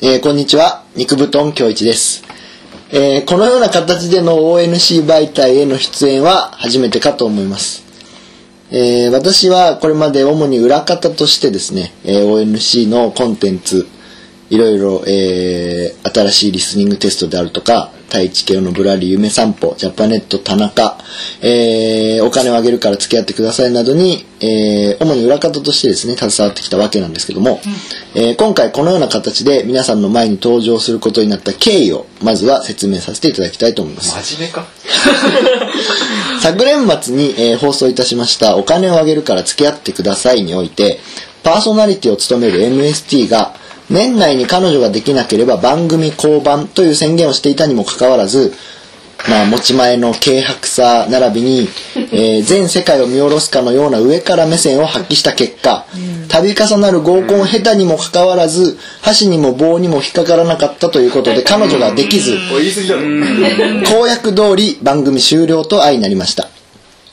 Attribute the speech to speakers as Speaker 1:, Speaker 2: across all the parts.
Speaker 1: えーこんにちは、肉布団京一です。えーこのような形での ONC 媒体への出演は初めてかと思います。えー私はこれまで主に裏方としてですね、えー ONC のコンテンツ、いろいろ、えー新しいリスニングテストであるとか、太一慶のぶらり夢散歩、ジャパネット田中、えーお金をあげるから付き合ってくださいなどに、えー主に裏方としてですね、携わってきたわけなんですけども、えー今回このような形で皆さんの前に登場することになった経緯を、まずは説明させていただきたいと思います。
Speaker 2: 真面目か
Speaker 1: 昨年末に、えー放送いたしました「お金をあげるから付き合ってください」においてパーソナリティを務める MST が年内に彼女ができなければ番組降板という宣言をしていたにもかかわらず、まあ、持ち前の軽薄さ並びに、えー全世界を見下ろすかのような上から目線を発揮した結果、度重なる合コンを経たにもかかわらず箸にも棒にも引っかからなかったということで彼女ができず、
Speaker 2: お言い過ぎだろ
Speaker 1: 公約通り番組終了と相なりました。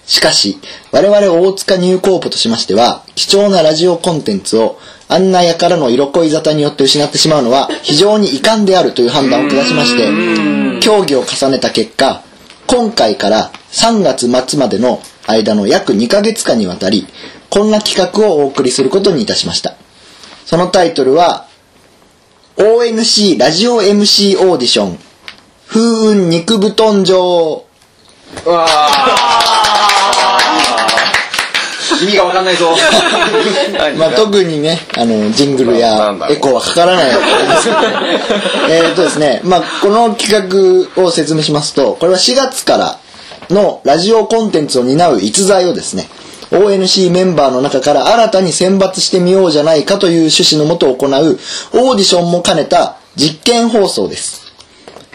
Speaker 1: しかし、我々大塚ニューコーポとしましては、貴重なラジオコンテンツを、あんなやからの色恋沙汰によって失ってしまうのは、非常に遺憾であるという判断を下しまして、協議を重ねた結果、今回から3月末までの間の約2ヶ月間にわたり、こんな企画をお送りすることにいたしました。そのタイトルは、ONC ラジオ MC オーディション、風雲肉布団上。
Speaker 2: わー意味がわかんない ぞ
Speaker 1: まあ、特にね、あの、ジングル
Speaker 2: なな
Speaker 1: や
Speaker 2: んだろう
Speaker 1: エコーはかからないわけ ですけどえっとですね、まあ、この企画を説明しますと、これは4月からのラジオコンテンツを担う逸材をですね、ONC メンバーの中から新たに選抜してみようじゃないかという趣旨のもと行うオーディションも兼ねた実験放送です。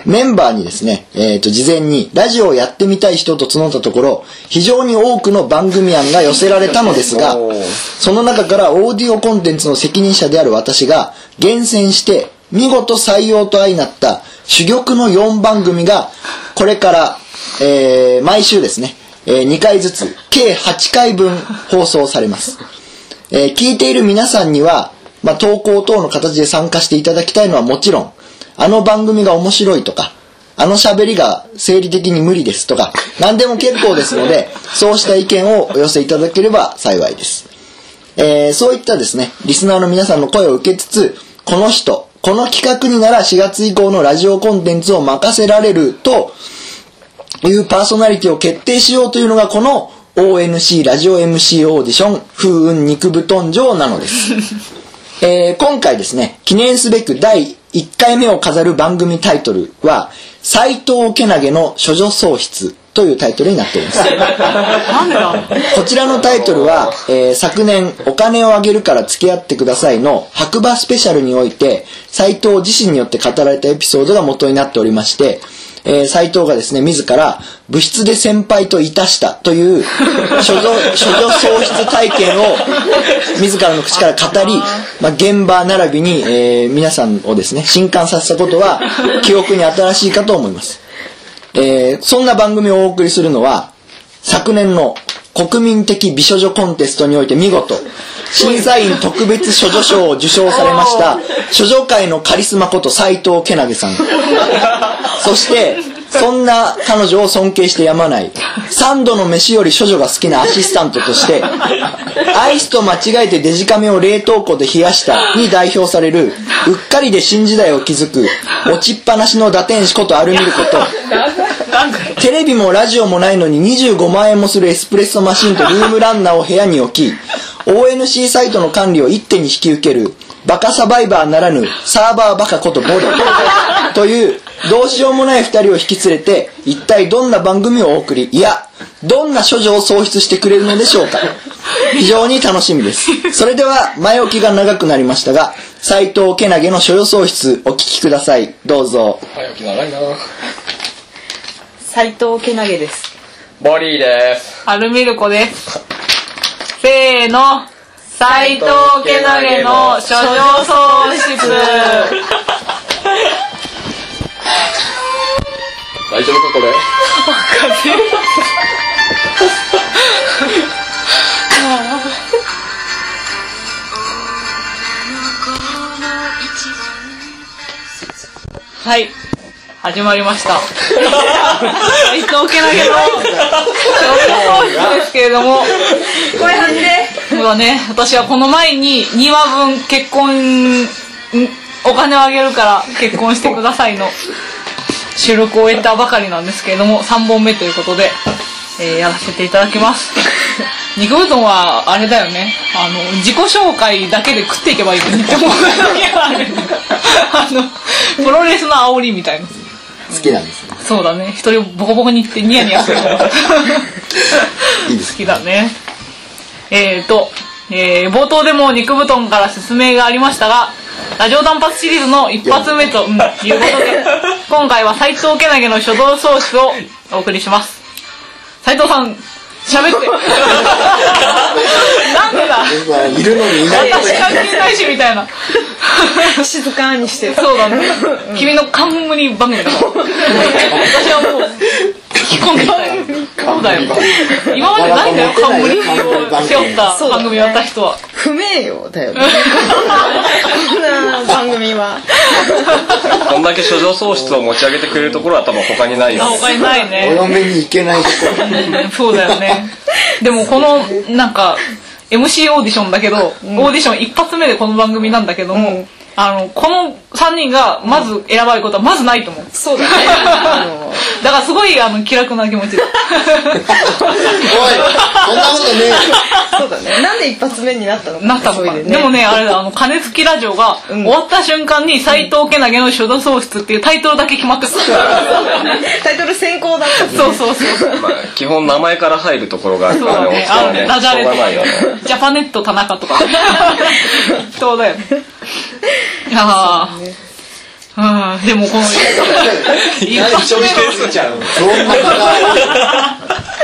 Speaker 1: メンバーにですね、えっ、と、事前にラジオをやってみたい人と募ったところ、非常に多くの番組案が寄せられたのですが
Speaker 2: おー、
Speaker 1: その中からオーディオコンテンツの責任者である私が厳選して、見事採用と相なった珠玉の4番組が、これから、えー毎週ですね、え2回ずつ、計8回分放送されます。えー聞いている皆さんには、まあ、投稿等の形で参加していただきたいのはもちろん、あの番組が面白いとか、あの喋りが生理的に無理ですとか、何でも結構ですので、そうした意見をお寄せいただければ幸いです。えーそういったですね、リスナーの皆さんの声を受けつつ、この人、この企画になら4月以降のラジオコンテンツを任せられると、いうパーソナリティを決定しようというのがこの ONC ラジオ MC オーディション風雲肉布団上なのです。 えー今回ですね、記念すべく第1回目を飾る番組タイトルは、斎藤けなげの処女喪失というタイトルになっています。こちらのタイトルは、えー昨年、お金をあげるから付き合ってくださいの白馬スペシャルにおいて、斎藤自身によって語られたエピソードが元になっておりまして、えー、斎藤がですね、自ら、部室で先輩といたしたという、処女、処女喪失体験を、自らの口から語り、まあ、現場並びに、えー皆さんをですね、震撼させたことは、記憶に新しいかと思います。えーそんな番組をお送りするのは、昨年の国民的美少女コンテストにおいて見事、審査員特別処女賞を受賞されました、処女界のカリスマこと斎藤けなげさん。そして、そんな彼女を尊敬してやまない、三度の飯より処女が好きなアシスタントとして、アイスと間違えてデジカメを冷凍庫で冷やしたに代表される、うっかりで新時代を築く、落ちっぱなしの打天使ことアルミルこと、テレビもラジオもないのに25万円もするエスプレッソマシンとルームランナーを部屋に置き、ONC サイトの管理を一手に引き受ける、バカサバイバーならぬサーバーバカことボリという、どうしようもない二人を引き連れて、一体どんな番組をお送り、いや、どんな処女を創出してくれるのでしょうか。非常に楽しみです。それでは、前置きが長くなりましたが、斎藤けなげの所要喪失、お聞きください。どうぞ。
Speaker 2: 早起き長いな
Speaker 3: 斎藤けなげです。
Speaker 2: ボリーです
Speaker 3: アルミルコです。せーの、斎藤けなげの所領喪失。
Speaker 2: 大丈夫かこれ
Speaker 3: はい。始まりました。斎藤けなげの、教室ですけれども、
Speaker 4: 声張って。
Speaker 3: そうだね、私はこの前に2話分結婚、んお金をあげるから結婚してくださいの収録を終えたばかりなんですけれども、3本目ということで、えーやらせていただきます。肉うどんはあれだよね、あの、自己紹介だけで食っていけばいいのにって思う時がある。あの、プロレスの煽りみたいな。
Speaker 1: 好きなんですね
Speaker 3: そうだね。一人ボコボコに行ってニヤニ ヤする。
Speaker 1: いいです
Speaker 3: 好きだね。えーと、えー冒頭でも肉布団から説明がありましたが、ラジオ単発シリーズの一発目と、うん、い うことで、今回は斎藤けなげの書道創出をお送りします。斎藤さん、喋 って。なんでだ
Speaker 1: いるのにいない
Speaker 3: 私関係ないしみたいな。
Speaker 4: 静かにしてる。
Speaker 3: そうだね。君の冠番組だから。私はもう、引き込んできたよ。そうだよ。今までないんだよ、冠を背負った番組をやった人は。
Speaker 4: 不名誉だよね。 こんな番組は。
Speaker 2: こんだけ書状喪失を持ち上げてくれるところは多分他にないよ
Speaker 3: あ、他にない
Speaker 1: お
Speaker 3: ね。
Speaker 1: 嫁に行けないとこ
Speaker 3: そうだよね。でもこの、なんか、MC オーディションだけど、オーディション一発目でこの番組なんだけども、
Speaker 4: うん
Speaker 3: あの、この3人がまず選ばれることはまずないと思う。
Speaker 4: そうだね。あの
Speaker 3: だからすごいあの気楽な気持ちだ。
Speaker 1: おいそんなことねえよ
Speaker 4: そうだね。なんで一発目になったのか
Speaker 3: なったのか
Speaker 4: 急い
Speaker 3: で,、
Speaker 4: でね。
Speaker 3: でもねあれだあの金付きラジオが終わった瞬間に斎藤けなげの書道喪失っていうタイトルだけ決まってた、
Speaker 4: タイトル先行だったね。
Speaker 3: そうそうそう
Speaker 2: まあ基本名前から入るところがある
Speaker 3: そう
Speaker 2: から
Speaker 3: だね
Speaker 2: ね
Speaker 3: あのねダジャレ
Speaker 2: しょうがないよね
Speaker 3: とかジャパネット田中とかそうだよねああうんでもこの一発目の
Speaker 1: すちゃうどんな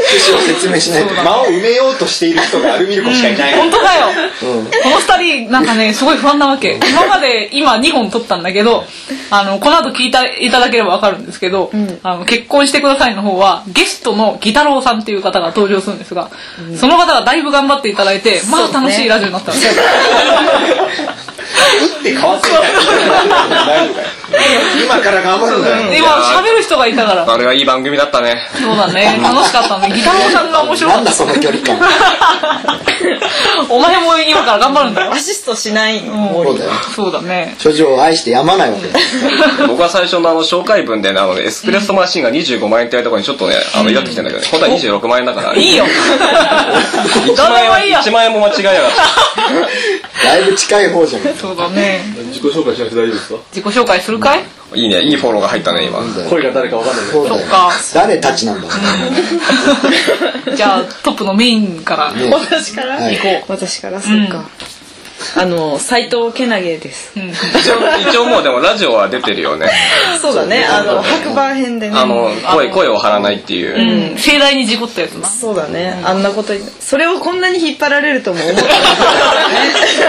Speaker 1: 趣旨を説明しないと間を埋めようとしている人がアルミルコしかいな
Speaker 3: 本当だよ、この二人なんかねすごい不安なわけ今まで今2本撮ったんだけどあのこの後聞いていただければわかるんですけど、あの結婚してくださいの方はゲストのギタロウさんっていう方が登場するんですが、その方がだいぶ頑張っていただいてまあ楽しいラジオになったんです
Speaker 1: 打って変わって今から頑張るんだよ
Speaker 3: で今喋る人がいたから
Speaker 2: あれはいい番組だった ね
Speaker 3: そうだね楽しかったねギタロウさんが面白
Speaker 1: な
Speaker 3: かっ
Speaker 1: ん だその距離感
Speaker 3: たお前も今から頑張るんだよ
Speaker 4: アシストしないの。
Speaker 1: そうだよ
Speaker 3: そうだね
Speaker 1: 諸女を愛してやまないわけだ
Speaker 2: 僕は最初のあの紹介文でねあのエスプレッソマシンが25万円ってやるところにちょっとねあのイラってきたんだけどね本当は26万円だから
Speaker 3: いいよどうでもいいよ
Speaker 2: 1万円も間違いなかった
Speaker 1: だいぶ近い方じゃない
Speaker 3: そうだね
Speaker 5: 自己紹介しなくて大丈夫ですか
Speaker 3: 自己紹介するかい
Speaker 2: いいね、いいフォローが入ったね、今。
Speaker 5: 声が誰かわかんないです
Speaker 1: そう
Speaker 3: そ
Speaker 1: だ
Speaker 3: っ
Speaker 1: よ
Speaker 3: か
Speaker 1: 誰たちなんだろう
Speaker 3: じゃあトップのメインから、
Speaker 1: ね
Speaker 4: 私から
Speaker 1: はい
Speaker 4: こう。私から、そうか。あの、斎藤けなげです。
Speaker 3: うん、
Speaker 2: 一応、 一応もうでもラジオは出てるよね。
Speaker 4: そうだね。あの、白馬編でね。
Speaker 2: あの、声、声を張らないっていう。
Speaker 3: うん盛大に事故ったやつな
Speaker 4: そうだね。あんなことに、それをこんなに引っ張られるとも思ってなかった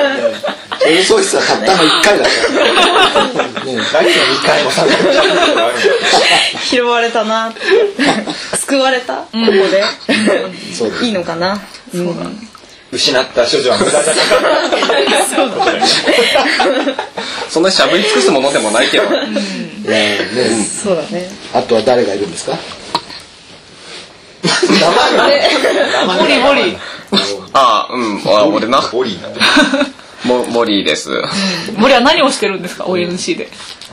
Speaker 4: ね。
Speaker 1: 演奏室はたったの1回だからね何の2回も3回
Speaker 4: 拾われたな救われた、ここで、
Speaker 1: そうだ
Speaker 4: いいのかなそうだ、
Speaker 5: 失った処女は無駄だ
Speaker 2: そんなに喋り尽くすものでもないけど。
Speaker 1: いやね
Speaker 4: そうだね
Speaker 1: あとは誰がいるんですか名前
Speaker 3: ボリボリ
Speaker 2: ああ、うん、あ俺な。
Speaker 5: ボリーなんて
Speaker 2: も、モリーです。
Speaker 3: ボリは何をしてるんですか ONC で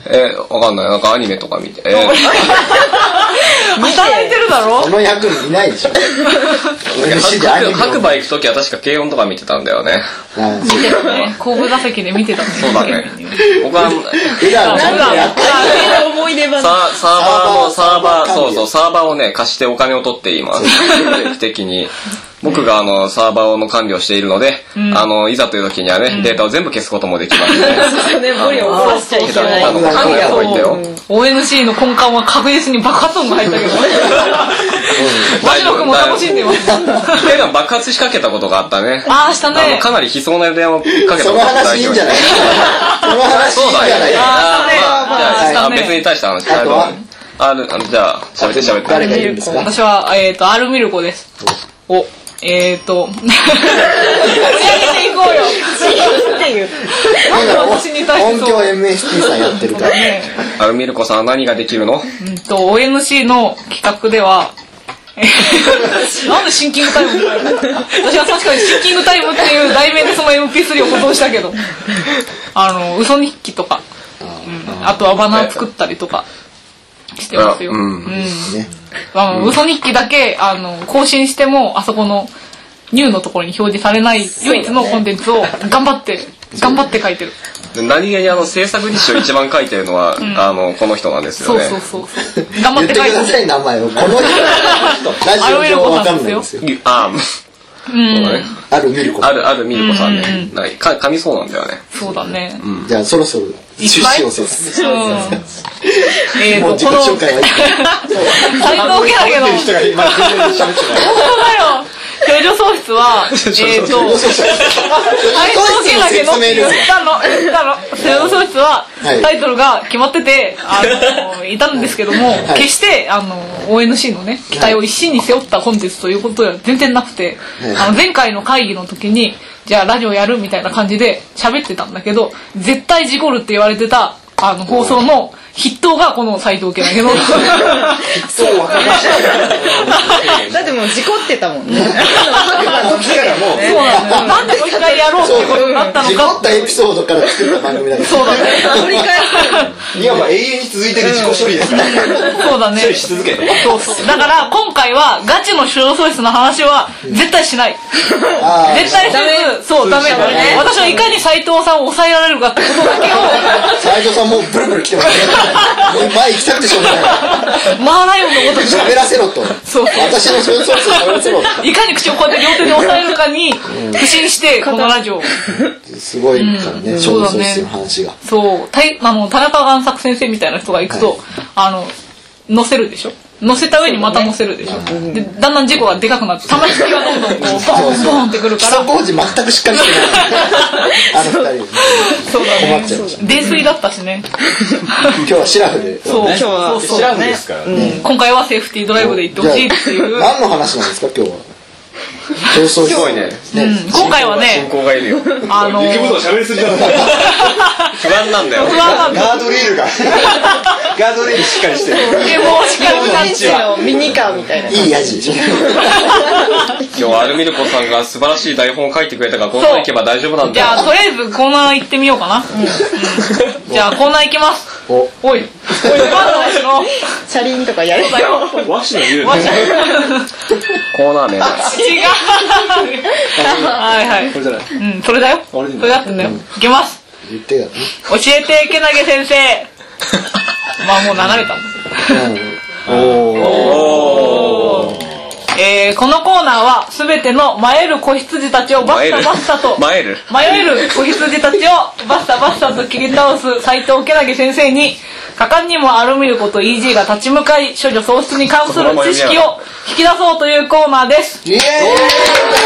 Speaker 2: え、わかんない。なんかアニメとか見て。えー、
Speaker 3: 働いてるだろ
Speaker 1: この役にいないでしょ MC でアニメ
Speaker 2: 白
Speaker 1: を
Speaker 2: 白馬行くときは確か軽音とか見てたんだよね。
Speaker 1: はい
Speaker 3: 見てたね後部座席で見てたそ
Speaker 2: そうだ ね。僕は、
Speaker 1: 普段ちゃんとやっ
Speaker 3: あ
Speaker 4: 思い出話
Speaker 2: サーサーバーの、
Speaker 1: サ
Speaker 2: サ
Speaker 1: ー
Speaker 2: ー
Speaker 1: バー
Speaker 2: バー、そうそう、サーバーをね、貸してお金を取っています。 定期的に。僕があの、サーバーの管理をしているので、あの、いざという時にはね、データを全部消すこともでき ますね。
Speaker 4: そうねボリを怒らせちゃいけ
Speaker 1: あ
Speaker 4: ない
Speaker 1: そうそう
Speaker 2: カメラもいたよ。
Speaker 3: ONC の根幹は確実に爆発音が入ったけどバジロ君も楽しんでます
Speaker 2: でも爆発しかけたことがあったね。
Speaker 3: ああした
Speaker 2: あの
Speaker 3: ね
Speaker 2: かなり悲壮な電話をかけた
Speaker 1: ぱ
Speaker 2: こ
Speaker 1: そ
Speaker 2: と
Speaker 1: の
Speaker 2: があった
Speaker 1: 話いいんじゃないその話いい
Speaker 2: そ
Speaker 1: ん
Speaker 2: う
Speaker 1: じ
Speaker 2: だよ
Speaker 1: ゃない。
Speaker 2: あーまあ
Speaker 3: あー
Speaker 2: じゃあ
Speaker 3: そうね
Speaker 2: あ別に大した話。
Speaker 1: あ
Speaker 2: あ
Speaker 1: とは
Speaker 2: あるあのじゃあ、喋って喋って。
Speaker 1: 誰がいるんですか
Speaker 3: 私は、えっ、と、アルミルコです。お、えっ、と、盛り上げていこうよ。
Speaker 4: 1.5ないよ。
Speaker 3: なんで私に対して
Speaker 1: 音
Speaker 3: そう
Speaker 1: 響 MST さんやってるから。
Speaker 3: ね
Speaker 2: アルミルコさんは何ができるの
Speaker 3: うんと ONC の企画ではなんでシンキングタイムみたいな私は確かにシンキングタイムっていう題名でその MP3 を保存したけどあの嘘日記とかうんあとはバナー作ったりとかしてますよ、
Speaker 2: あうん
Speaker 1: ね
Speaker 3: あの嘘日記だけあの更新してもあそこのニューのところに表示されない唯一のコンテンツを頑張って頑張って書いてる
Speaker 2: で何気にあの制作日誌を一番書いてるのは、あのこの人なんですよ
Speaker 3: そう
Speaker 2: ね
Speaker 3: そうそうそう頑張
Speaker 1: 言
Speaker 3: っ
Speaker 1: っててく
Speaker 3: 書いて
Speaker 1: だ
Speaker 3: る
Speaker 1: さい、名前を。この人、ラジオ上わかんないんですよ。
Speaker 2: ぎあーそうだね
Speaker 1: あるミルコ。
Speaker 2: あるあるみるこさんねなんかか噛みそうなんだよね
Speaker 3: そうだね、
Speaker 1: じゃあそろそろ出資をそうです。
Speaker 3: えー
Speaker 1: もう
Speaker 3: と、
Speaker 1: 自
Speaker 3: この、
Speaker 1: 己紹介は
Speaker 3: 最高キャラけど、本
Speaker 5: 人が今全然喋ってない。
Speaker 3: 当だよ。表情喪失は、えーと、最高キャラけどって言ったの、言ったの。表情喪失は、
Speaker 1: い
Speaker 3: タイトルが決まってて、あ の、いたんですけども、
Speaker 1: い
Speaker 3: 決して、あの、ONC のね、期待を一身に背負ったコンテンツということでは全然なくて、
Speaker 1: はい
Speaker 3: あの、前回の会議の時に、じゃあラジオやるみたいな感じで喋ってたんだけど、絶対事故るって言われてた、あの、放送の筆頭がこの斎藤家だ けど、
Speaker 1: そうわかりました。
Speaker 4: だってもう事故ってたもんね。
Speaker 1: 時からもう、
Speaker 3: そうなんだよ。なんでもう一回やろうってことになったの
Speaker 1: 事
Speaker 3: か
Speaker 1: 故ったエピソードから作った番組だから。
Speaker 3: そうだね。
Speaker 4: 取り返
Speaker 5: いわば永遠に続いてる自己処理で すから。
Speaker 3: そうだね。
Speaker 5: 処理し続けて。
Speaker 3: そうそうだから今回はガチの主要喪失の話は絶対しない。
Speaker 1: あー
Speaker 3: 絶対せず、そう、ダメ。私はいかに斎藤さんを抑えられるかってことだけを、
Speaker 1: 斉藤さんもうブルブル来てますね。もう前行きたくてしょうがない。
Speaker 3: マーライオンのごとく
Speaker 1: 喋らせろと。
Speaker 3: そう
Speaker 1: 私のそうそうそう喋らせろ
Speaker 3: いかに口をこうやって両手で押さえるかに苦心してこのラジオ
Speaker 1: と。すごいからね、小
Speaker 3: そうだ
Speaker 1: 説
Speaker 3: ね
Speaker 1: の話が。
Speaker 3: そうたいあの田中贋作先生みたいな人が行くと、
Speaker 1: はい
Speaker 3: あの乗せるでしょ乗せた上にまた乗せるでしょ、でだんだん事故がでかくなってたまに引きがどんどんこうボーンボーンってくる
Speaker 1: 基
Speaker 3: から
Speaker 1: 礎工事全くしっかりしてない。あ の二人。
Speaker 3: そうだ
Speaker 1: 困
Speaker 3: ね
Speaker 1: っちゃいました。
Speaker 3: 泥酔だったしね
Speaker 1: 今日はシラフで。
Speaker 3: そう
Speaker 4: 今日は
Speaker 3: そうそう
Speaker 5: 知らんですからね。
Speaker 3: 今回はセーフティードライブで行ってほしいっていう、う
Speaker 1: じゃあ何の話なんですか、今日は。競争
Speaker 2: すごいね。
Speaker 3: ん、今回は
Speaker 2: 進
Speaker 3: ね
Speaker 2: 行がいるよ
Speaker 3: あの
Speaker 5: 雪
Speaker 3: 不
Speaker 5: ぶ喋りすぎだろ。
Speaker 2: 不安なんだよ
Speaker 3: 安なんだ
Speaker 5: ガードレールが。ガードレールしっかりしてる。
Speaker 3: でもうしっかり歌って
Speaker 4: す選手のミニカーみたいな。
Speaker 1: いい味でしょ。
Speaker 2: 今日アルミルコさんが素晴らしい台本を書いてくれたからこのままいけば大丈夫なん
Speaker 3: じゃあ
Speaker 2: だ
Speaker 3: とりあえずコーナー行ってみようかな、うんじゃあコーナー行きます
Speaker 1: お
Speaker 3: おいおいまだ私の
Speaker 4: 車輪とかやる
Speaker 3: だよ
Speaker 5: 和紙の言う。
Speaker 2: コーナー名
Speaker 3: 違うはいはい
Speaker 5: これじゃない。
Speaker 3: うんそれだよそ
Speaker 5: あれでいいの
Speaker 3: れだってんだよいけます
Speaker 1: 言ってたね。
Speaker 3: 教えてけなげ先 生まあもう流れたんだえー、このコーナーはすべての迷える子羊たちをバッ
Speaker 2: える
Speaker 3: サバッサと
Speaker 2: 前える
Speaker 3: 迷える子羊たちをバッサバッサと切り倒す斎藤けなげ先生に果敢にもアルミルコと EG が立ち向かい処女喪失に関する知識を引き出そうというコーナーです
Speaker 1: イエーイ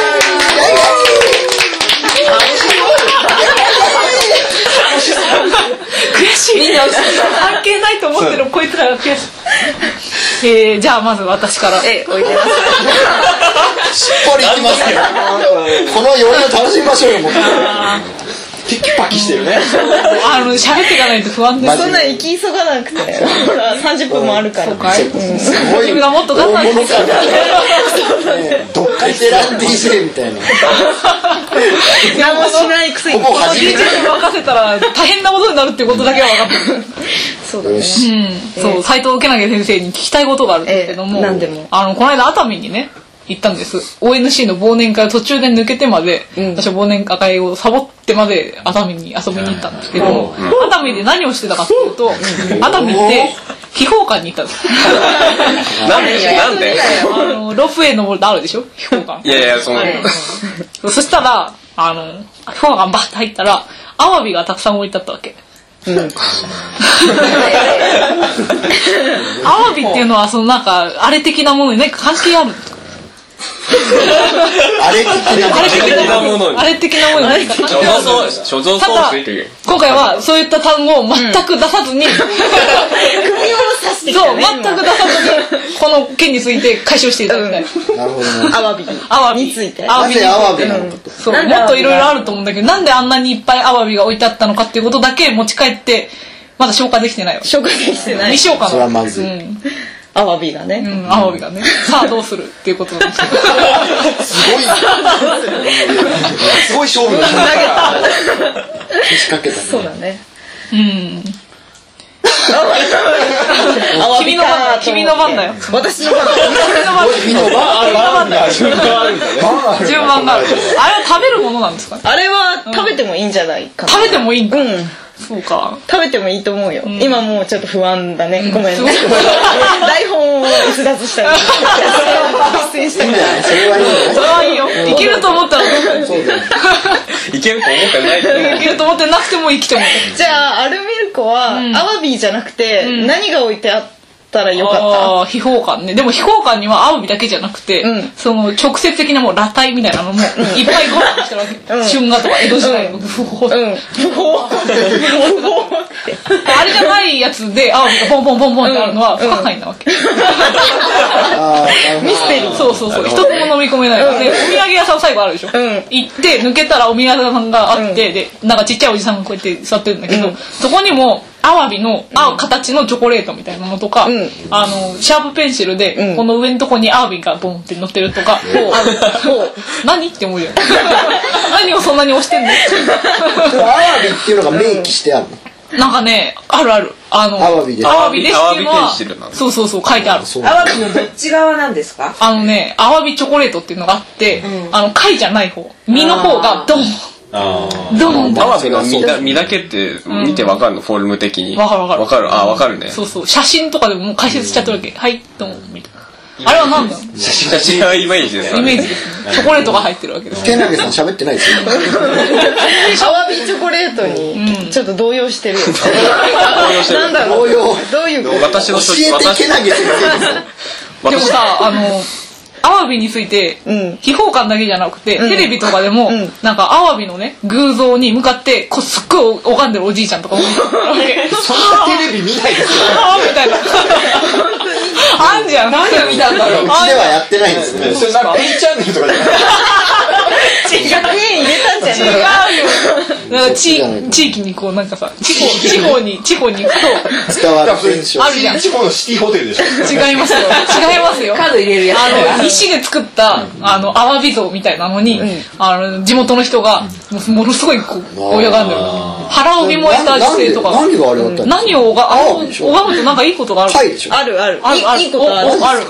Speaker 3: 悔しいみんな関係ないと思ってるこいつらが悔しい、えー、じゃあまず私から
Speaker 4: え、置いてます。
Speaker 1: しっかりいきますよ。この余韻を楽しみましょうよ、もう。
Speaker 5: テキパキしてるね。
Speaker 3: あの喋っていかないと不安です
Speaker 1: マジ
Speaker 4: そんな行き急がなくて。ほら、30分もあるから。
Speaker 1: すごい。
Speaker 3: 君がもっと
Speaker 1: 大
Speaker 3: 頑張って
Speaker 1: 物感がねどっかいてラン DJ みたいな。
Speaker 4: 何もしないくせに。
Speaker 1: ほぼ
Speaker 3: この
Speaker 1: 初め
Speaker 3: DJ
Speaker 1: て。
Speaker 3: に任せたら大変なことになるってことだけは分かって る
Speaker 4: そうだ
Speaker 1: よ
Speaker 4: ね。
Speaker 1: し。
Speaker 3: そう、斎藤けなげ先生に聞きたいことがあるんですけども、
Speaker 4: ええ何でも
Speaker 3: あの、この間熱海にね、行ったんです。ONC の忘年会を途中で抜けてまで、
Speaker 4: うん
Speaker 3: 私は忘年会をサボってまで熱海に遊びに行ったんですけど、熱海で何をしてたかっていうと、熱海って、秘宝館に行ったんです。
Speaker 2: なんでなんで
Speaker 3: あの、ロープウェイ登るとあるでしょ秘宝館
Speaker 2: い。やいやその
Speaker 3: そしたら、あの、秘宝館バッて入ったら、アワビがたくさん置いてあったわけ。 アワビっていうのは、そのなんか、あれ的なものに何か関係ある
Speaker 1: あれ的
Speaker 3: あれ
Speaker 1: な。
Speaker 3: 的なものに。あれ的なものに何か関係
Speaker 2: 所蔵喪所蔵
Speaker 3: ただ
Speaker 2: 喪失っていう、
Speaker 3: 今回はそういった単語を全く出さずに、
Speaker 4: 首を刺ししてき
Speaker 3: そ
Speaker 4: た
Speaker 3: う、
Speaker 4: ね
Speaker 3: 全く出さずに、この件について解消していただきたい。
Speaker 1: なるほどね。
Speaker 4: アワビ
Speaker 3: アワビ
Speaker 4: について
Speaker 3: アワ
Speaker 1: な
Speaker 3: ビについ
Speaker 1: ぜア
Speaker 3: て
Speaker 1: ワビなのかと。
Speaker 3: そう、
Speaker 4: な
Speaker 3: も
Speaker 4: んで
Speaker 3: っといろいろあると思うんだけど、なんであんなにいっぱいアワビが置いてあったのかっていうことだけ持ち帰って、まだ消化できてないわ。
Speaker 4: 紹介できてない
Speaker 3: にしようかな。
Speaker 1: それはまずい
Speaker 3: うん、
Speaker 4: アワビがね、
Speaker 3: うん、アワビがね。さあどうするっていうことにして
Speaker 5: すごい、すごい勝負だな。仕掛けたね。
Speaker 4: そうだね
Speaker 3: うん。
Speaker 4: アワビ
Speaker 3: 君の番だよ
Speaker 4: か
Speaker 3: 君の番 だよ。
Speaker 4: 私の番だ
Speaker 1: みんな バー
Speaker 5: あるんだ、順番あるんだね。
Speaker 3: 順番がある。あれは食べるものなんですかね
Speaker 4: あれは食べてもいいんじゃないかな
Speaker 3: 食べてもいいんか。
Speaker 4: うん
Speaker 3: そうか。
Speaker 4: 食べてもいいと思うよ、今もうちょっと不安だね、ごめん
Speaker 3: すご
Speaker 4: ね
Speaker 3: い
Speaker 4: 台本を逸脱したり脱線したり
Speaker 1: それはいいんだよ。
Speaker 3: それはいいよ。いけると思ったらどうぞ、
Speaker 1: そうだよ。
Speaker 2: いけると思ってない
Speaker 3: いけると思ってなくても生きても。
Speaker 4: じゃあアルミルコは、アワビじゃなくて、何が置いてあったらよかっ
Speaker 3: ああー、秘宝館ね。でも秘宝館にはアワビだけじゃなくて、
Speaker 4: うん
Speaker 3: その直接的なもう裸体みたいなのもいっぱいご覧してるわけ。
Speaker 4: うん
Speaker 3: 春画とか江戸時代の不法、
Speaker 4: たうん不法不法って
Speaker 3: あれじゃないやつでアワビがボンボンボンボンってあるのは不可解なわけ。
Speaker 1: ああ、なるほど
Speaker 4: ミステリー
Speaker 3: そうそうそう。一つも飲み込めないわ。で、お土産屋さん最後あるでしょ。
Speaker 4: ん
Speaker 3: 行って、抜けたらお土産屋さんがあって、で、なんかちっちゃいおじさんがこうやって座ってるんだけど、そこにも、アワビの、あ、形のチョコレートみたいなのとか、
Speaker 4: ん
Speaker 3: あの、シャープペンシルで、
Speaker 4: ん
Speaker 3: この上のとこにアワビがボンって乗ってるとか、あの
Speaker 4: ほう
Speaker 3: 何って思うよ。 何をそんなに押してんの
Speaker 1: でもアワビっていうのが明記してあるの。
Speaker 3: なんかね、あるある。あの、
Speaker 1: アワビです
Speaker 3: アワビですっていうの
Speaker 2: アワビペンシルな
Speaker 3: は、
Speaker 2: の
Speaker 3: そうそうそう、書いてある。
Speaker 1: そう
Speaker 6: アワビのどっち側なんですか
Speaker 3: あのね、アワビチョコレートっていうのがあって、あの、貝じゃない方。身の方がドン、
Speaker 5: あー
Speaker 3: ドンって
Speaker 2: アワビの身だ身だけって見てわかるの、フォルム的に。
Speaker 3: わかるわかる
Speaker 2: わかる。あ、わかるね。
Speaker 3: そうそう、写真とかでももう解説しちゃってるわけ。はい、ドン、みたいな。あれは何なの
Speaker 2: 写真写真はイメージですよ
Speaker 3: イメー
Speaker 2: ね。
Speaker 3: ジですね。チョコレートが入ってるわけです。
Speaker 1: 手投げさん喋ってないです よ。
Speaker 4: アワビチョコレートにちょっと動揺してるよ、
Speaker 2: 揺してる
Speaker 4: なんだろ
Speaker 1: 動
Speaker 4: う
Speaker 1: 揺。
Speaker 4: どういうこ
Speaker 2: 私
Speaker 1: 教
Speaker 2: の
Speaker 1: えて
Speaker 2: 私
Speaker 1: けなげ先生ですよ。
Speaker 3: でも
Speaker 2: 私
Speaker 3: さ、あの、アワビについて、
Speaker 4: うん
Speaker 3: 秘宝館だけじゃなくて、テレビとかでも、
Speaker 4: ん
Speaker 3: なんかアワビのね、偶像に向かって、こうすっごい拝んでるおじいちゃんとかもいるわ け。
Speaker 1: そんなテレビ見ないですよ。
Speaker 3: あーみたいな。あんじゃん。何で見たんだ
Speaker 1: うちではやってないですね。
Speaker 5: それなんか、ペイチャンネルとかじゃない
Speaker 4: と違う家入れたんじゃねえか
Speaker 3: なんか地地域にこうなんかさ地方地方に地方に行くと
Speaker 1: 伝わる文章。
Speaker 3: あるじゃん違
Speaker 5: 地方のシティホテルでしょ。
Speaker 3: いますよ違いますよ
Speaker 6: カード入れるやつ
Speaker 3: あの石で作ったあのアワビ像みたいなのに、あの地元の人がもうものすごいこう親がんでる腹を見燃えた
Speaker 1: な
Speaker 3: 姿勢とか
Speaker 1: なんで何があれだったの
Speaker 3: 何をがあ
Speaker 1: 青でしょ
Speaker 3: 拝むとなんかいいことがある、
Speaker 1: 貝でしょ
Speaker 4: あるある
Speaker 3: あるある
Speaker 4: いいいことある
Speaker 3: おおある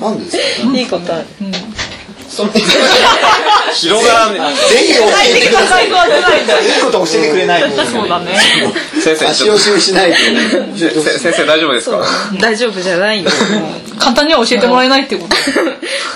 Speaker 1: なんでですか
Speaker 4: いいことある
Speaker 2: 広がらね
Speaker 1: ぜひ教えてください。
Speaker 3: 財布当てないんだよ
Speaker 5: いいこと教えてくれない。
Speaker 3: そうだね
Speaker 2: 先生、
Speaker 1: 足
Speaker 2: ちょ
Speaker 1: 押
Speaker 2: っと
Speaker 1: しにしないと。
Speaker 2: せ先生大丈夫ですか
Speaker 4: 大丈夫じゃないよ
Speaker 3: 簡単には教えてもらえないってこと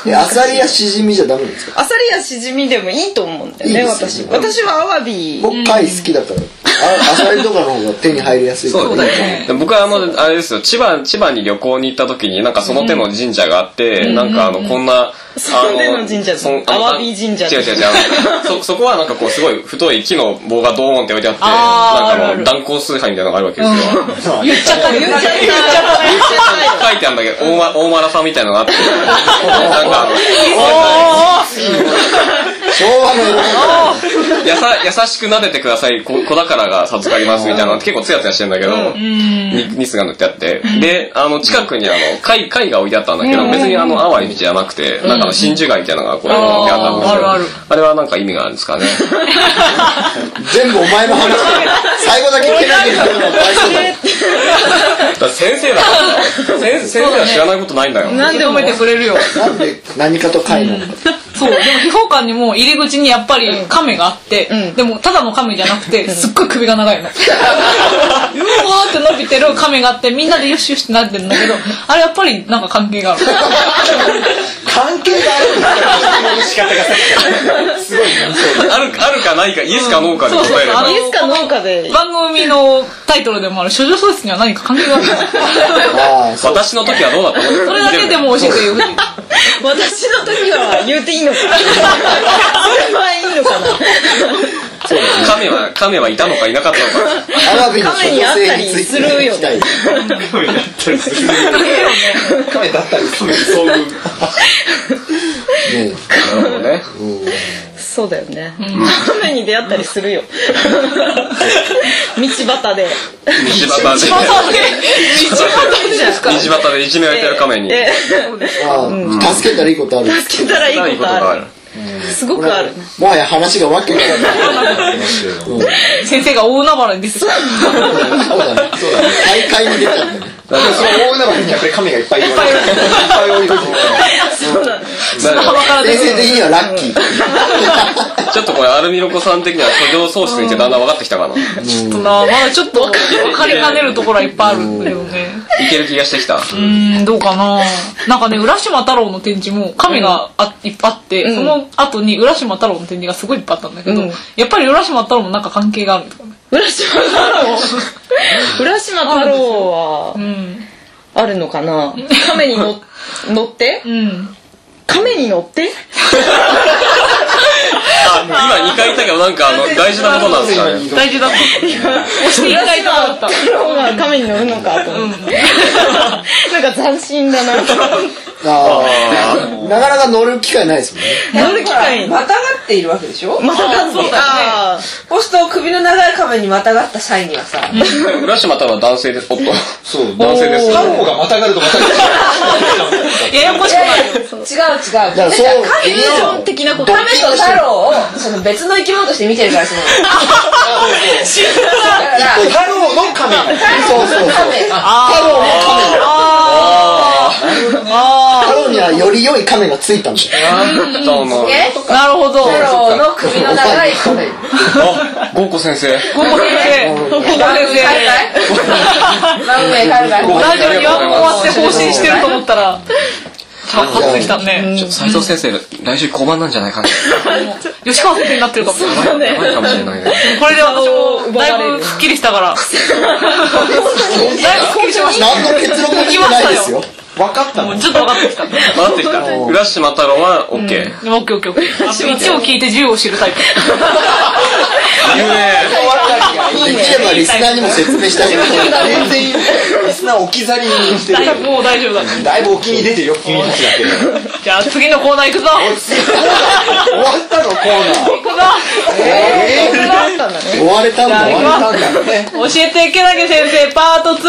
Speaker 1: え、アサリやシジミじゃダメですか
Speaker 4: アサリやシジミでもいいと思うんだ
Speaker 1: い
Speaker 4: よ
Speaker 1: い
Speaker 4: ね
Speaker 1: です
Speaker 4: 私
Speaker 1: よ
Speaker 4: 私はアワビ
Speaker 1: 僕貝好きだから。あアサリとかの方が手に入りやすいから。
Speaker 2: そうだね。僕はあの、あれですよ、千葉、千葉に旅行に行った時に、なんかその手の神社があって、なんかあの、こんな、
Speaker 4: その手の神社
Speaker 2: あそん
Speaker 4: アワビ神社
Speaker 2: 違う違う違う。あのそ、 そこはなんかこう、すごい太い木の棒がドーンって置いてあって、
Speaker 3: あ
Speaker 2: なんか
Speaker 3: ーある
Speaker 2: も
Speaker 3: ある
Speaker 2: う断交崇拝みたいなのがあるわけですよ。
Speaker 3: 言っちゃった言っちゃった言っちゃった
Speaker 2: 書いてあるんだけど、大ま大まらさんみたいなのがあって、なんかあの、
Speaker 1: 昭和の
Speaker 2: やさ優しく撫でてください子子宝が授かりますみたいなの結構ツヤツヤしてんだけど、にニスが塗ってあってであの近くにあの貝貝が置いてあったんだけど、別にあの淡い道じゃなくて、なんかあの真珠貝みたいなのがこう置いてあったんですけど
Speaker 3: あーあるある
Speaker 2: あれはなんか意味があるんですかね
Speaker 1: 全部お前の話最後だけ手投げされるのはかわいそうだよ。
Speaker 2: だから先生だ から先先生は知らないことないんだよ
Speaker 4: なんで
Speaker 3: 褒
Speaker 4: も
Speaker 3: めてくれるよ
Speaker 1: なんで何かと貝なのか。
Speaker 3: そう、でも秘宝館にも入り口にやっぱり亀があって、
Speaker 4: うん
Speaker 3: でもただの亀じゃなくて、すっごい首が長 いの。うわーって伸びてる亀があって、みんなでよしよしってなってるんだけど、あれやっぱりなんか関係がある。
Speaker 1: 関係があるんだ
Speaker 2: あるあるかないかイエスかノーかで答 えれば
Speaker 3: そうそう
Speaker 4: イエスか農家で
Speaker 3: 番組のタイトルでもある、処女喪失には何か関係がある。
Speaker 1: ああ、そう。
Speaker 2: 私の時はどうだったの
Speaker 3: それだけでも教えてよ。
Speaker 4: 私の時は言うていいのかなそれはいいのかな
Speaker 2: 亀は、亀はいたのかいなかったのか。
Speaker 1: アワビの処
Speaker 4: 亀にあ
Speaker 1: 方
Speaker 4: った
Speaker 1: 箋
Speaker 4: り
Speaker 1: につい
Speaker 4: す
Speaker 1: て
Speaker 4: るよ
Speaker 1: 聞きたい
Speaker 4: ね。
Speaker 5: 亀だったりする。亀だったりする。遭遇。
Speaker 1: ね
Speaker 2: なるほどね。
Speaker 4: そうだよね。亀 に出会ったりするよ。道端で。
Speaker 2: 道端で、
Speaker 4: いいじゃん。
Speaker 2: 道端でいじめられてる亀に。
Speaker 4: え
Speaker 1: ああ助けたらいいことある
Speaker 4: ー、聞けたらいいことある。すごくある。
Speaker 1: もはや話がわけわかんない
Speaker 3: 先生が大海原に出てきた。
Speaker 1: そうだねそうだね大会に出ちゃったね
Speaker 5: でもその大海原にやっぱり亀がいっぱいいる。いっぱいいる。
Speaker 2: なんか
Speaker 3: 幅から出
Speaker 1: 冷
Speaker 3: て
Speaker 1: 静的にはラッキー
Speaker 2: ちょっとこれ、アルミロコさん的には書業喪失についてだんだん分かってきたかな。い
Speaker 3: きたな。まだちょっと分かりかねるところはいっぱいあるんだよね。
Speaker 2: ける気がしてきた。
Speaker 3: うーん、どうかななんかね、浦島太郎の展示も神があ、いっぱいあって、その後に浦島太郎の展示がすごいいっぱいあったんだけど、
Speaker 4: うん
Speaker 3: やっぱり浦島太郎もなんか関係があるとかね。
Speaker 4: 浦島太郎。 浦島太郎は
Speaker 3: う、ん。
Speaker 4: あるのかな亀にの乗って
Speaker 3: うん。
Speaker 4: 亀に乗って
Speaker 2: あ今2回言ったけど、なんかあの、大事なことなんですかね。
Speaker 3: 大事だった。押していきたいとこ だった。
Speaker 4: 太郎が亀に乗るのかと思って。 なんか斬新だな。
Speaker 1: あーなかなか乗る機会ないですもんね
Speaker 4: 乗る機会に。
Speaker 6: またがっているわけでしょ
Speaker 4: またがそうだ
Speaker 6: ポストを首の長い亀にまたがった際にはさ、
Speaker 2: 浦島太郎は男性です。夫。
Speaker 5: そう。
Speaker 2: 男性です。
Speaker 5: 太郎がまたがるとまたがる。
Speaker 3: ややこしくなる。
Speaker 6: 違う違う。
Speaker 1: だからそう
Speaker 6: 亀
Speaker 1: ビジョン
Speaker 6: 的なこと。亀と太郎を、その別の生き物として見てるから、その。だから、
Speaker 5: 太郎の亀。
Speaker 1: そうそうそう
Speaker 3: あ
Speaker 1: 太郎の亀
Speaker 3: ーあ
Speaker 1: 太郎にはより良い亀がついたんだよ
Speaker 2: どうも。
Speaker 6: ね、
Speaker 3: ーなるほど。
Speaker 6: 太郎の首の長い亀。
Speaker 2: あ、ゴーコ先生。
Speaker 3: ここ先生。ここ先
Speaker 6: 番組変えるか
Speaker 3: 生。
Speaker 6: い番組変えるかい
Speaker 3: ラジオ予約終わって更新してると思ったら、反発したね。
Speaker 2: ちょっと斉藤先生、来週交番なんじゃないかな。
Speaker 3: 吉川先生になってるかも。
Speaker 2: やばいかもしれないね。
Speaker 3: これで私もだいぶすっきりしたから。だいぶすっきりしました。
Speaker 1: 何の結論も出てないですよ
Speaker 5: 分かったの。
Speaker 3: ちょっと分かってきた。
Speaker 2: 回ってきた。浦島太郎は OK。言うね
Speaker 3: でもオッケーオッケーオッケー。あと1を聞いて10を知るタイプ。
Speaker 1: できればリスナーにも説明してあげる
Speaker 5: 全然リスナー置き去りにして
Speaker 3: だ
Speaker 5: る。
Speaker 3: いぶもう大丈夫だ。
Speaker 5: だいぶお気に出てよ、君たちだけど。
Speaker 3: じゃあ次のコーナー行くぞ。
Speaker 5: 終わったのコーナー。
Speaker 3: 行くぞ。
Speaker 5: え
Speaker 4: な。あったんだね。
Speaker 1: 追われたんだ
Speaker 5: ー、終
Speaker 1: よ
Speaker 5: わったんだろうね。
Speaker 3: 教えてけなげ先生パート 2!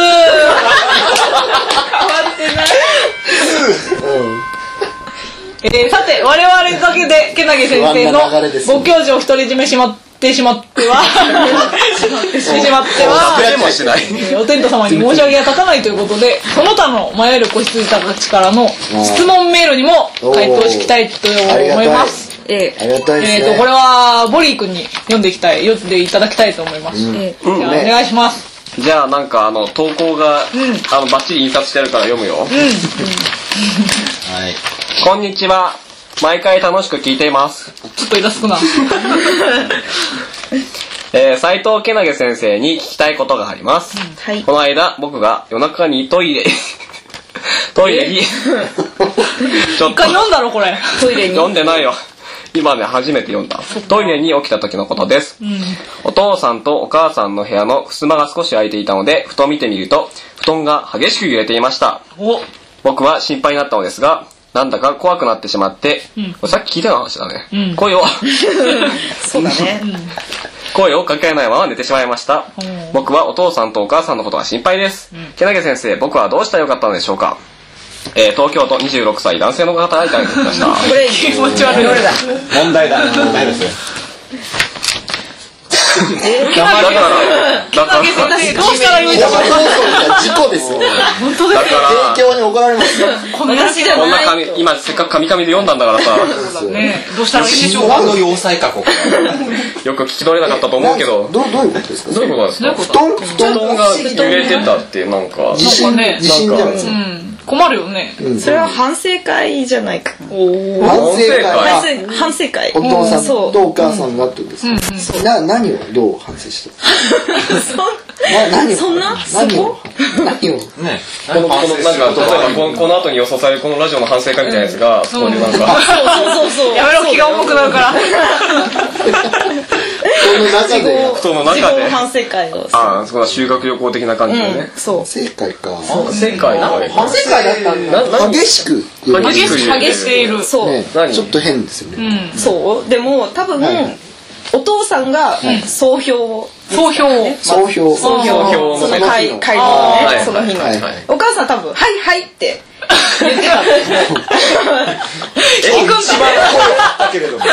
Speaker 3: えー、さて我々だけでけなげ先生の
Speaker 1: 不安な流れですね
Speaker 3: ご教授を独り占めしまってしまってはしてしまっては
Speaker 2: でもしない。
Speaker 3: えーお天道様に申し訳が立たないということで、その他の迷える子羊たちからの質問メールにも回答していきたいと思います。え
Speaker 1: ありがたいですね
Speaker 3: えーと、これは、ボリー君に読んでいきたい、読んでいただきたいと思います。えーじゃあ
Speaker 1: ね
Speaker 3: お願いします。
Speaker 2: じゃあなんかあの投稿が、あのバッチリ印刷してあるから読むよ。
Speaker 5: はい。
Speaker 2: こんにちは。毎回楽しく聞いています。
Speaker 3: ちょっとイラつくな。
Speaker 2: えー、斉藤けなげ先生に聞きたいことがあります。
Speaker 4: はい
Speaker 2: こ。の間僕が夜中にトイレ、トイレ に、ちょっ
Speaker 3: 一回読んだろ、これ。
Speaker 4: トイレに。
Speaker 2: 読んでないよ。今ね、初めて読んだ。トイレに起きた時のことです。お父さんとお母さんの部屋の襖が少し開いていたので、ふと見てみると、布団が激しく揺れていました。
Speaker 3: お、
Speaker 2: 僕は心配になったのですが、なんだか怖くなってしまって、さっき聞いたような話だね。
Speaker 3: うん
Speaker 2: 声を、
Speaker 4: そうだね。
Speaker 2: 声をかけないまま寝てしまいました。僕はお父さんとお母さんのことが心配です。けなげ先生、僕はどうしたらよかったのでしょうかえー、東京都26歳男性の方がいただきま した。
Speaker 4: これ、気持ち悪い。どれだ
Speaker 5: 問題だ。問題ですよ。
Speaker 2: だから、だから、
Speaker 3: けなげ先生、どうしたらよい
Speaker 1: 生
Speaker 3: の
Speaker 1: 放送みたいな事故ですよ
Speaker 3: 本当で
Speaker 2: だ
Speaker 3: す
Speaker 2: か
Speaker 3: よ。
Speaker 2: ら
Speaker 1: 提、供に怒られますよ
Speaker 4: 私じゃ
Speaker 2: こんな
Speaker 4: ない。
Speaker 2: 紙、今せっかく紙紙で読んだんだからさ、
Speaker 3: ねどうしたらいいでしょう
Speaker 5: 昭
Speaker 3: か。
Speaker 5: 和の要塞か、ここ。
Speaker 2: よく聞き取れなかったと思うけど、
Speaker 1: どうどういうことですか
Speaker 2: どういうことなんです
Speaker 3: どうい
Speaker 2: か
Speaker 3: うこ
Speaker 1: 布
Speaker 3: と
Speaker 1: 団布
Speaker 2: 布団
Speaker 1: 団
Speaker 2: が揺れてたって、なんか、
Speaker 1: 地震
Speaker 3: なんかね
Speaker 1: 地震じゃないです
Speaker 3: う
Speaker 1: か
Speaker 3: ん。困るよね。
Speaker 4: それは反省会じゃないか。
Speaker 3: おー。
Speaker 1: 反省会
Speaker 2: あ
Speaker 1: は
Speaker 4: 反省会。
Speaker 1: お父さん
Speaker 4: そう
Speaker 1: とお母さんがってことですかな何をどう反省したな何を
Speaker 4: そんな
Speaker 1: 何を何を
Speaker 5: ね。
Speaker 2: この、この、なんか、例えばこの、この後に予想されるこのラジオの反省会みたいなやつが、そこでなんか、
Speaker 4: そうそうそう。
Speaker 3: やめろ、気が重くなるから。
Speaker 1: の中でやっ
Speaker 2: 布団の中
Speaker 4: 自
Speaker 2: で
Speaker 4: 分反省会を
Speaker 2: ああ、そこは修学旅行的な感じだね。
Speaker 4: そう
Speaker 1: 正解か
Speaker 2: 世界だね。
Speaker 6: 反省会だったんだ。
Speaker 2: な、な、
Speaker 1: 激しく
Speaker 3: 激しく
Speaker 2: 言う
Speaker 3: 激している。
Speaker 4: そう、
Speaker 1: ね
Speaker 2: 何
Speaker 1: ちょっと変ですよね
Speaker 3: うん。
Speaker 4: そうでも多分、
Speaker 1: はいはい
Speaker 4: お父さんが総評を、
Speaker 3: 総評。
Speaker 1: 総評
Speaker 3: 総
Speaker 2: 投
Speaker 3: 評
Speaker 2: 票
Speaker 4: そ
Speaker 2: の
Speaker 4: の
Speaker 2: ね。
Speaker 4: 会会合
Speaker 2: あ
Speaker 4: の
Speaker 2: ー
Speaker 4: ねその日の、
Speaker 1: はい
Speaker 2: はい
Speaker 4: お母さん多分「はいはい」って言って
Speaker 2: え、
Speaker 4: た
Speaker 3: 聞くんだね
Speaker 5: だけれども。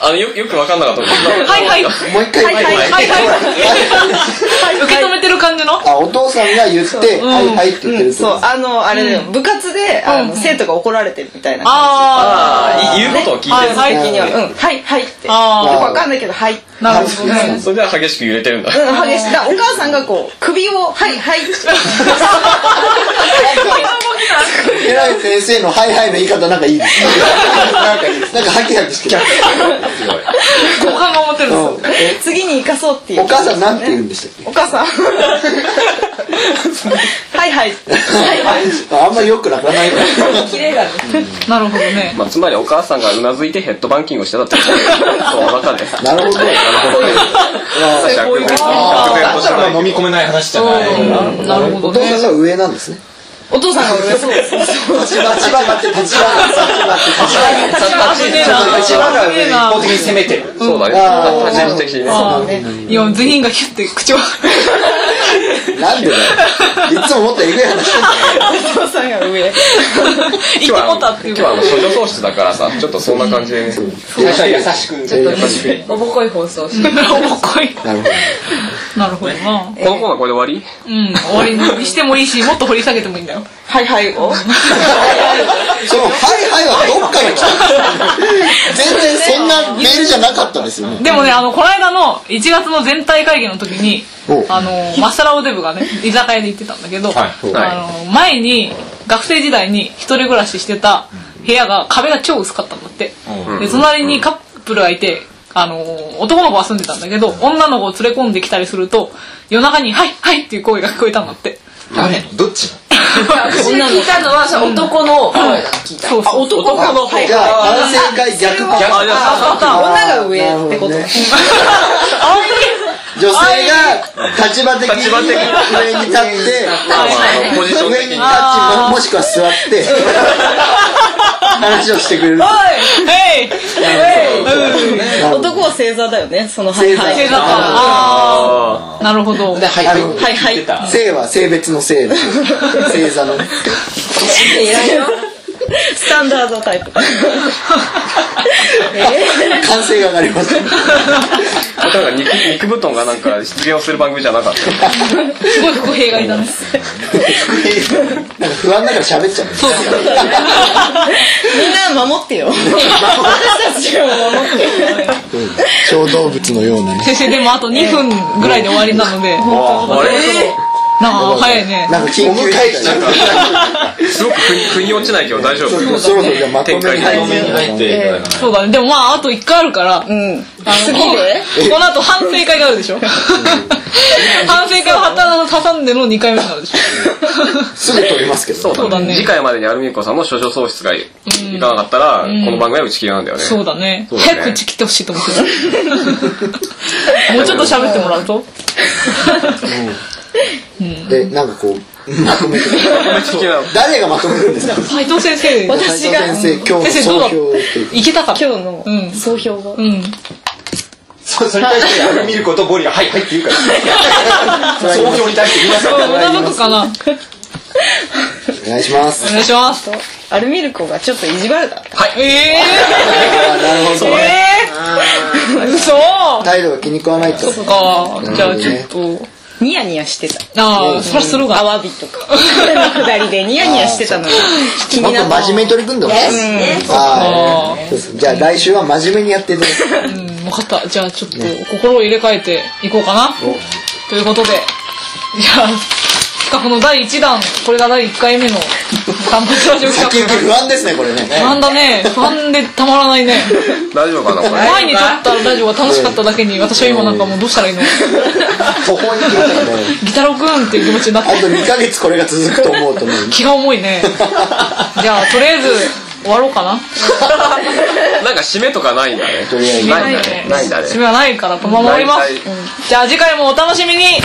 Speaker 2: あの、よ、よくわかんなかった。
Speaker 3: はいはい。は
Speaker 1: もう一回言って
Speaker 4: はい
Speaker 1: もら
Speaker 4: はい
Speaker 3: いはい。受け止めてる感じの。
Speaker 1: あお父さんが言って「はいはい」って言ってる
Speaker 4: うん、
Speaker 1: って
Speaker 4: そうあのあれだよ、部活であの、生徒が怒られてるみたいな
Speaker 3: あ
Speaker 2: ああ、い言うことを聞
Speaker 3: あ。はい
Speaker 2: て
Speaker 3: いは
Speaker 4: 時に
Speaker 3: い。
Speaker 4: は「うんはいはい」ってよく
Speaker 3: あ
Speaker 1: ー
Speaker 4: わかんないけど「はい」
Speaker 3: なるほどね。
Speaker 2: る。それでは激しく揺れてるんだ。
Speaker 4: うん、激しい。だからお母さんがこう、首を、はい、はい。
Speaker 1: 偉い先生の「はいはい」の言い方なんかいいですねなんかいいですなんかハキハキしてる
Speaker 2: すごい。
Speaker 3: 好感が持てるんですよ。
Speaker 1: え
Speaker 4: 次に生かそうっていう。
Speaker 1: お母さんなんて言うんでしたっけ
Speaker 4: お母 さん。はい、はい。
Speaker 1: あんまりよくなかないから
Speaker 6: 綺麗だね。
Speaker 3: なるほどね。
Speaker 2: まあ、つまりお母さんがうなずいてヘッドバンキングをして たってこと。その中で。
Speaker 1: なるほど。
Speaker 2: そういう
Speaker 5: だったらまあ飲み込めない話じゃない。
Speaker 3: うんなるほ
Speaker 1: お
Speaker 3: ど
Speaker 1: 父さん
Speaker 3: ね。
Speaker 1: が上なんですね。
Speaker 4: お父さんが上、そうです。
Speaker 1: 立場立場があって立場があって立
Speaker 3: 危ねえな。
Speaker 5: 一番が
Speaker 3: 危ねえ
Speaker 5: 一
Speaker 3: な
Speaker 5: 方。的に攻めてる。
Speaker 2: そうだね。
Speaker 1: あー
Speaker 2: 立ち位置的にね。
Speaker 3: いや、全員がキュッて口を。
Speaker 1: 場がなんでだよ。いつももっとえぐい話してんだよ
Speaker 4: お父さんが上。
Speaker 3: 言って
Speaker 2: 今日は
Speaker 3: こ
Speaker 2: あ
Speaker 3: た
Speaker 2: の
Speaker 3: ってい
Speaker 2: 今日はあ
Speaker 3: う
Speaker 2: の処女喪失だからさちょっとそんな感じでね
Speaker 5: 優しく。
Speaker 1: えー
Speaker 6: おぼこい放送し。
Speaker 3: おこい。
Speaker 1: なるほど。
Speaker 3: なるほどな。
Speaker 2: このコーナーこれで終わり
Speaker 3: うん。終わりにしてもいいし、もっと掘り下げてもいいんだよ。
Speaker 4: はい、はいを。
Speaker 1: そのはいはいはどっから来たんですか。全然そんなメールじゃなかったですよね。
Speaker 3: でもね、あの、この間の1月の全体会議の時に
Speaker 1: お、
Speaker 3: あの、マサラオデブ がね、居酒屋で行ってたんだけど、
Speaker 5: はい
Speaker 3: あの、前に、学生時代に一人暮らししてた部屋が、壁が超薄かったんだって。で、隣にカップルがいて、あの、男の子が住んでたんだけど、女の子を連れ込んできたりすると、夜中に、はいはいっていう声が聞こえたんだって。
Speaker 5: 誰のどっちの
Speaker 6: 私が聞いたのは、その男の声が聞いた。
Speaker 3: そうそう。男の方
Speaker 1: じゃあ反省会逆か。
Speaker 2: あじゃあ
Speaker 3: あ、あ
Speaker 4: 女が上ってこと
Speaker 1: なるほどね
Speaker 3: あ、
Speaker 1: 女性が立場的に
Speaker 2: 立場的に
Speaker 1: 上に立って。
Speaker 2: あのポジション的
Speaker 1: 上に立
Speaker 2: に
Speaker 1: ちももしくは座って話をしてくれる
Speaker 3: えい
Speaker 4: 男は正座だよね、その、はい、は
Speaker 3: 星
Speaker 4: い。
Speaker 3: 座か。あーなるほど。
Speaker 5: で、はい、
Speaker 1: あの
Speaker 5: は
Speaker 4: はい、はい。
Speaker 5: い。た。
Speaker 1: 性は性別の性の星座のね
Speaker 4: スタンダードタイプ。
Speaker 1: 歓声が上がります
Speaker 2: なんか肉肉布団がなんか出現をする番組じゃなかった
Speaker 3: すごい不平がいたね。
Speaker 1: なんか不安だから喋っちゃう
Speaker 3: そう そう。
Speaker 4: みんな守ってよ。私たちを守って。
Speaker 1: 小動物のようなね
Speaker 3: 先生、でもあと2分ぐらいで終わりなので、な
Speaker 2: あれ
Speaker 3: あ、早いね。
Speaker 1: なんか緊急会議
Speaker 2: すごく腑に腑に落ちないけど大丈夫
Speaker 1: そろそろじゃあまとめに入って
Speaker 5: に入っていただか
Speaker 3: そうだね。でもまあ、あと1回あるから、
Speaker 4: うん。
Speaker 3: あの
Speaker 4: 次で
Speaker 3: この後反省会があるでしょ反省会を挟んでの2回目になるでしょ
Speaker 1: すぐ取りますけど
Speaker 2: そうだね次回までにアルミンコさんも処女喪失がいかなかったらこの番組は打ち切りなんだよね
Speaker 3: そうだね。
Speaker 2: うだね
Speaker 3: 早く口切ってほしいと思ってる。もうちょっと喋ってもらうと
Speaker 1: でなんかこうまとめて
Speaker 2: 聞きな
Speaker 1: 誰がまとめるんですか
Speaker 3: 斉藤先生、
Speaker 1: 斉藤先生今日の
Speaker 3: 先生どう
Speaker 1: 総
Speaker 3: だ
Speaker 1: 評をっていう
Speaker 3: いけたか
Speaker 4: 今日の
Speaker 3: うん
Speaker 4: 総評は。
Speaker 3: うん。
Speaker 5: そう、それに対して、アルミルコとボリが、はい、はいって言うから。総評に対して皆さん
Speaker 3: そう、うなずくかな。
Speaker 1: お願いします
Speaker 3: お願いします。
Speaker 4: アルミルコがちょっと意地悪だった。
Speaker 3: はい。え
Speaker 1: あーなるほど
Speaker 3: ー、
Speaker 1: ね
Speaker 3: えー、嘘
Speaker 1: 態度が気に食わないと
Speaker 3: そっか。じゃあちょっと。
Speaker 4: ニヤニヤしてた。
Speaker 3: ああ、そらするが。
Speaker 4: アワビとか。くだりでニヤニヤしてたのに。気
Speaker 1: もっ
Speaker 4: にな
Speaker 1: と
Speaker 4: った。
Speaker 1: 真面目に取り組んでほしいですは
Speaker 3: あ
Speaker 1: いそうですじゃあ来週は真面目にやっていただき
Speaker 3: あ、うん、分かった。じゃあちょっと心を入れ替えていこうかな。ということで、じゃあ、企画の第1弾、これが第1回目の乾杯ラジオ
Speaker 1: 先行
Speaker 3: 企
Speaker 1: き不安ですねこれね
Speaker 3: 画。なんだね、不安でたまらないね。
Speaker 2: 大丈夫かなこれ
Speaker 3: 前に撮ったラジオが楽しかっただ けに、私は今なんかもうどうしたらいいの
Speaker 1: 途方に暮れたね
Speaker 3: ギタロくんっていう気持ちになっ
Speaker 1: あ
Speaker 3: て
Speaker 1: と2ヶ月これが続くと思うとね
Speaker 3: 気が重いね。じゃあ、とりあえず、終わろうかな。
Speaker 2: なんか締めとかないんだね。
Speaker 1: とりあえず
Speaker 2: ないんだね。ないんだね。
Speaker 3: 締めはないからと守ります
Speaker 2: 大体
Speaker 3: じゃあ次回もお楽しみに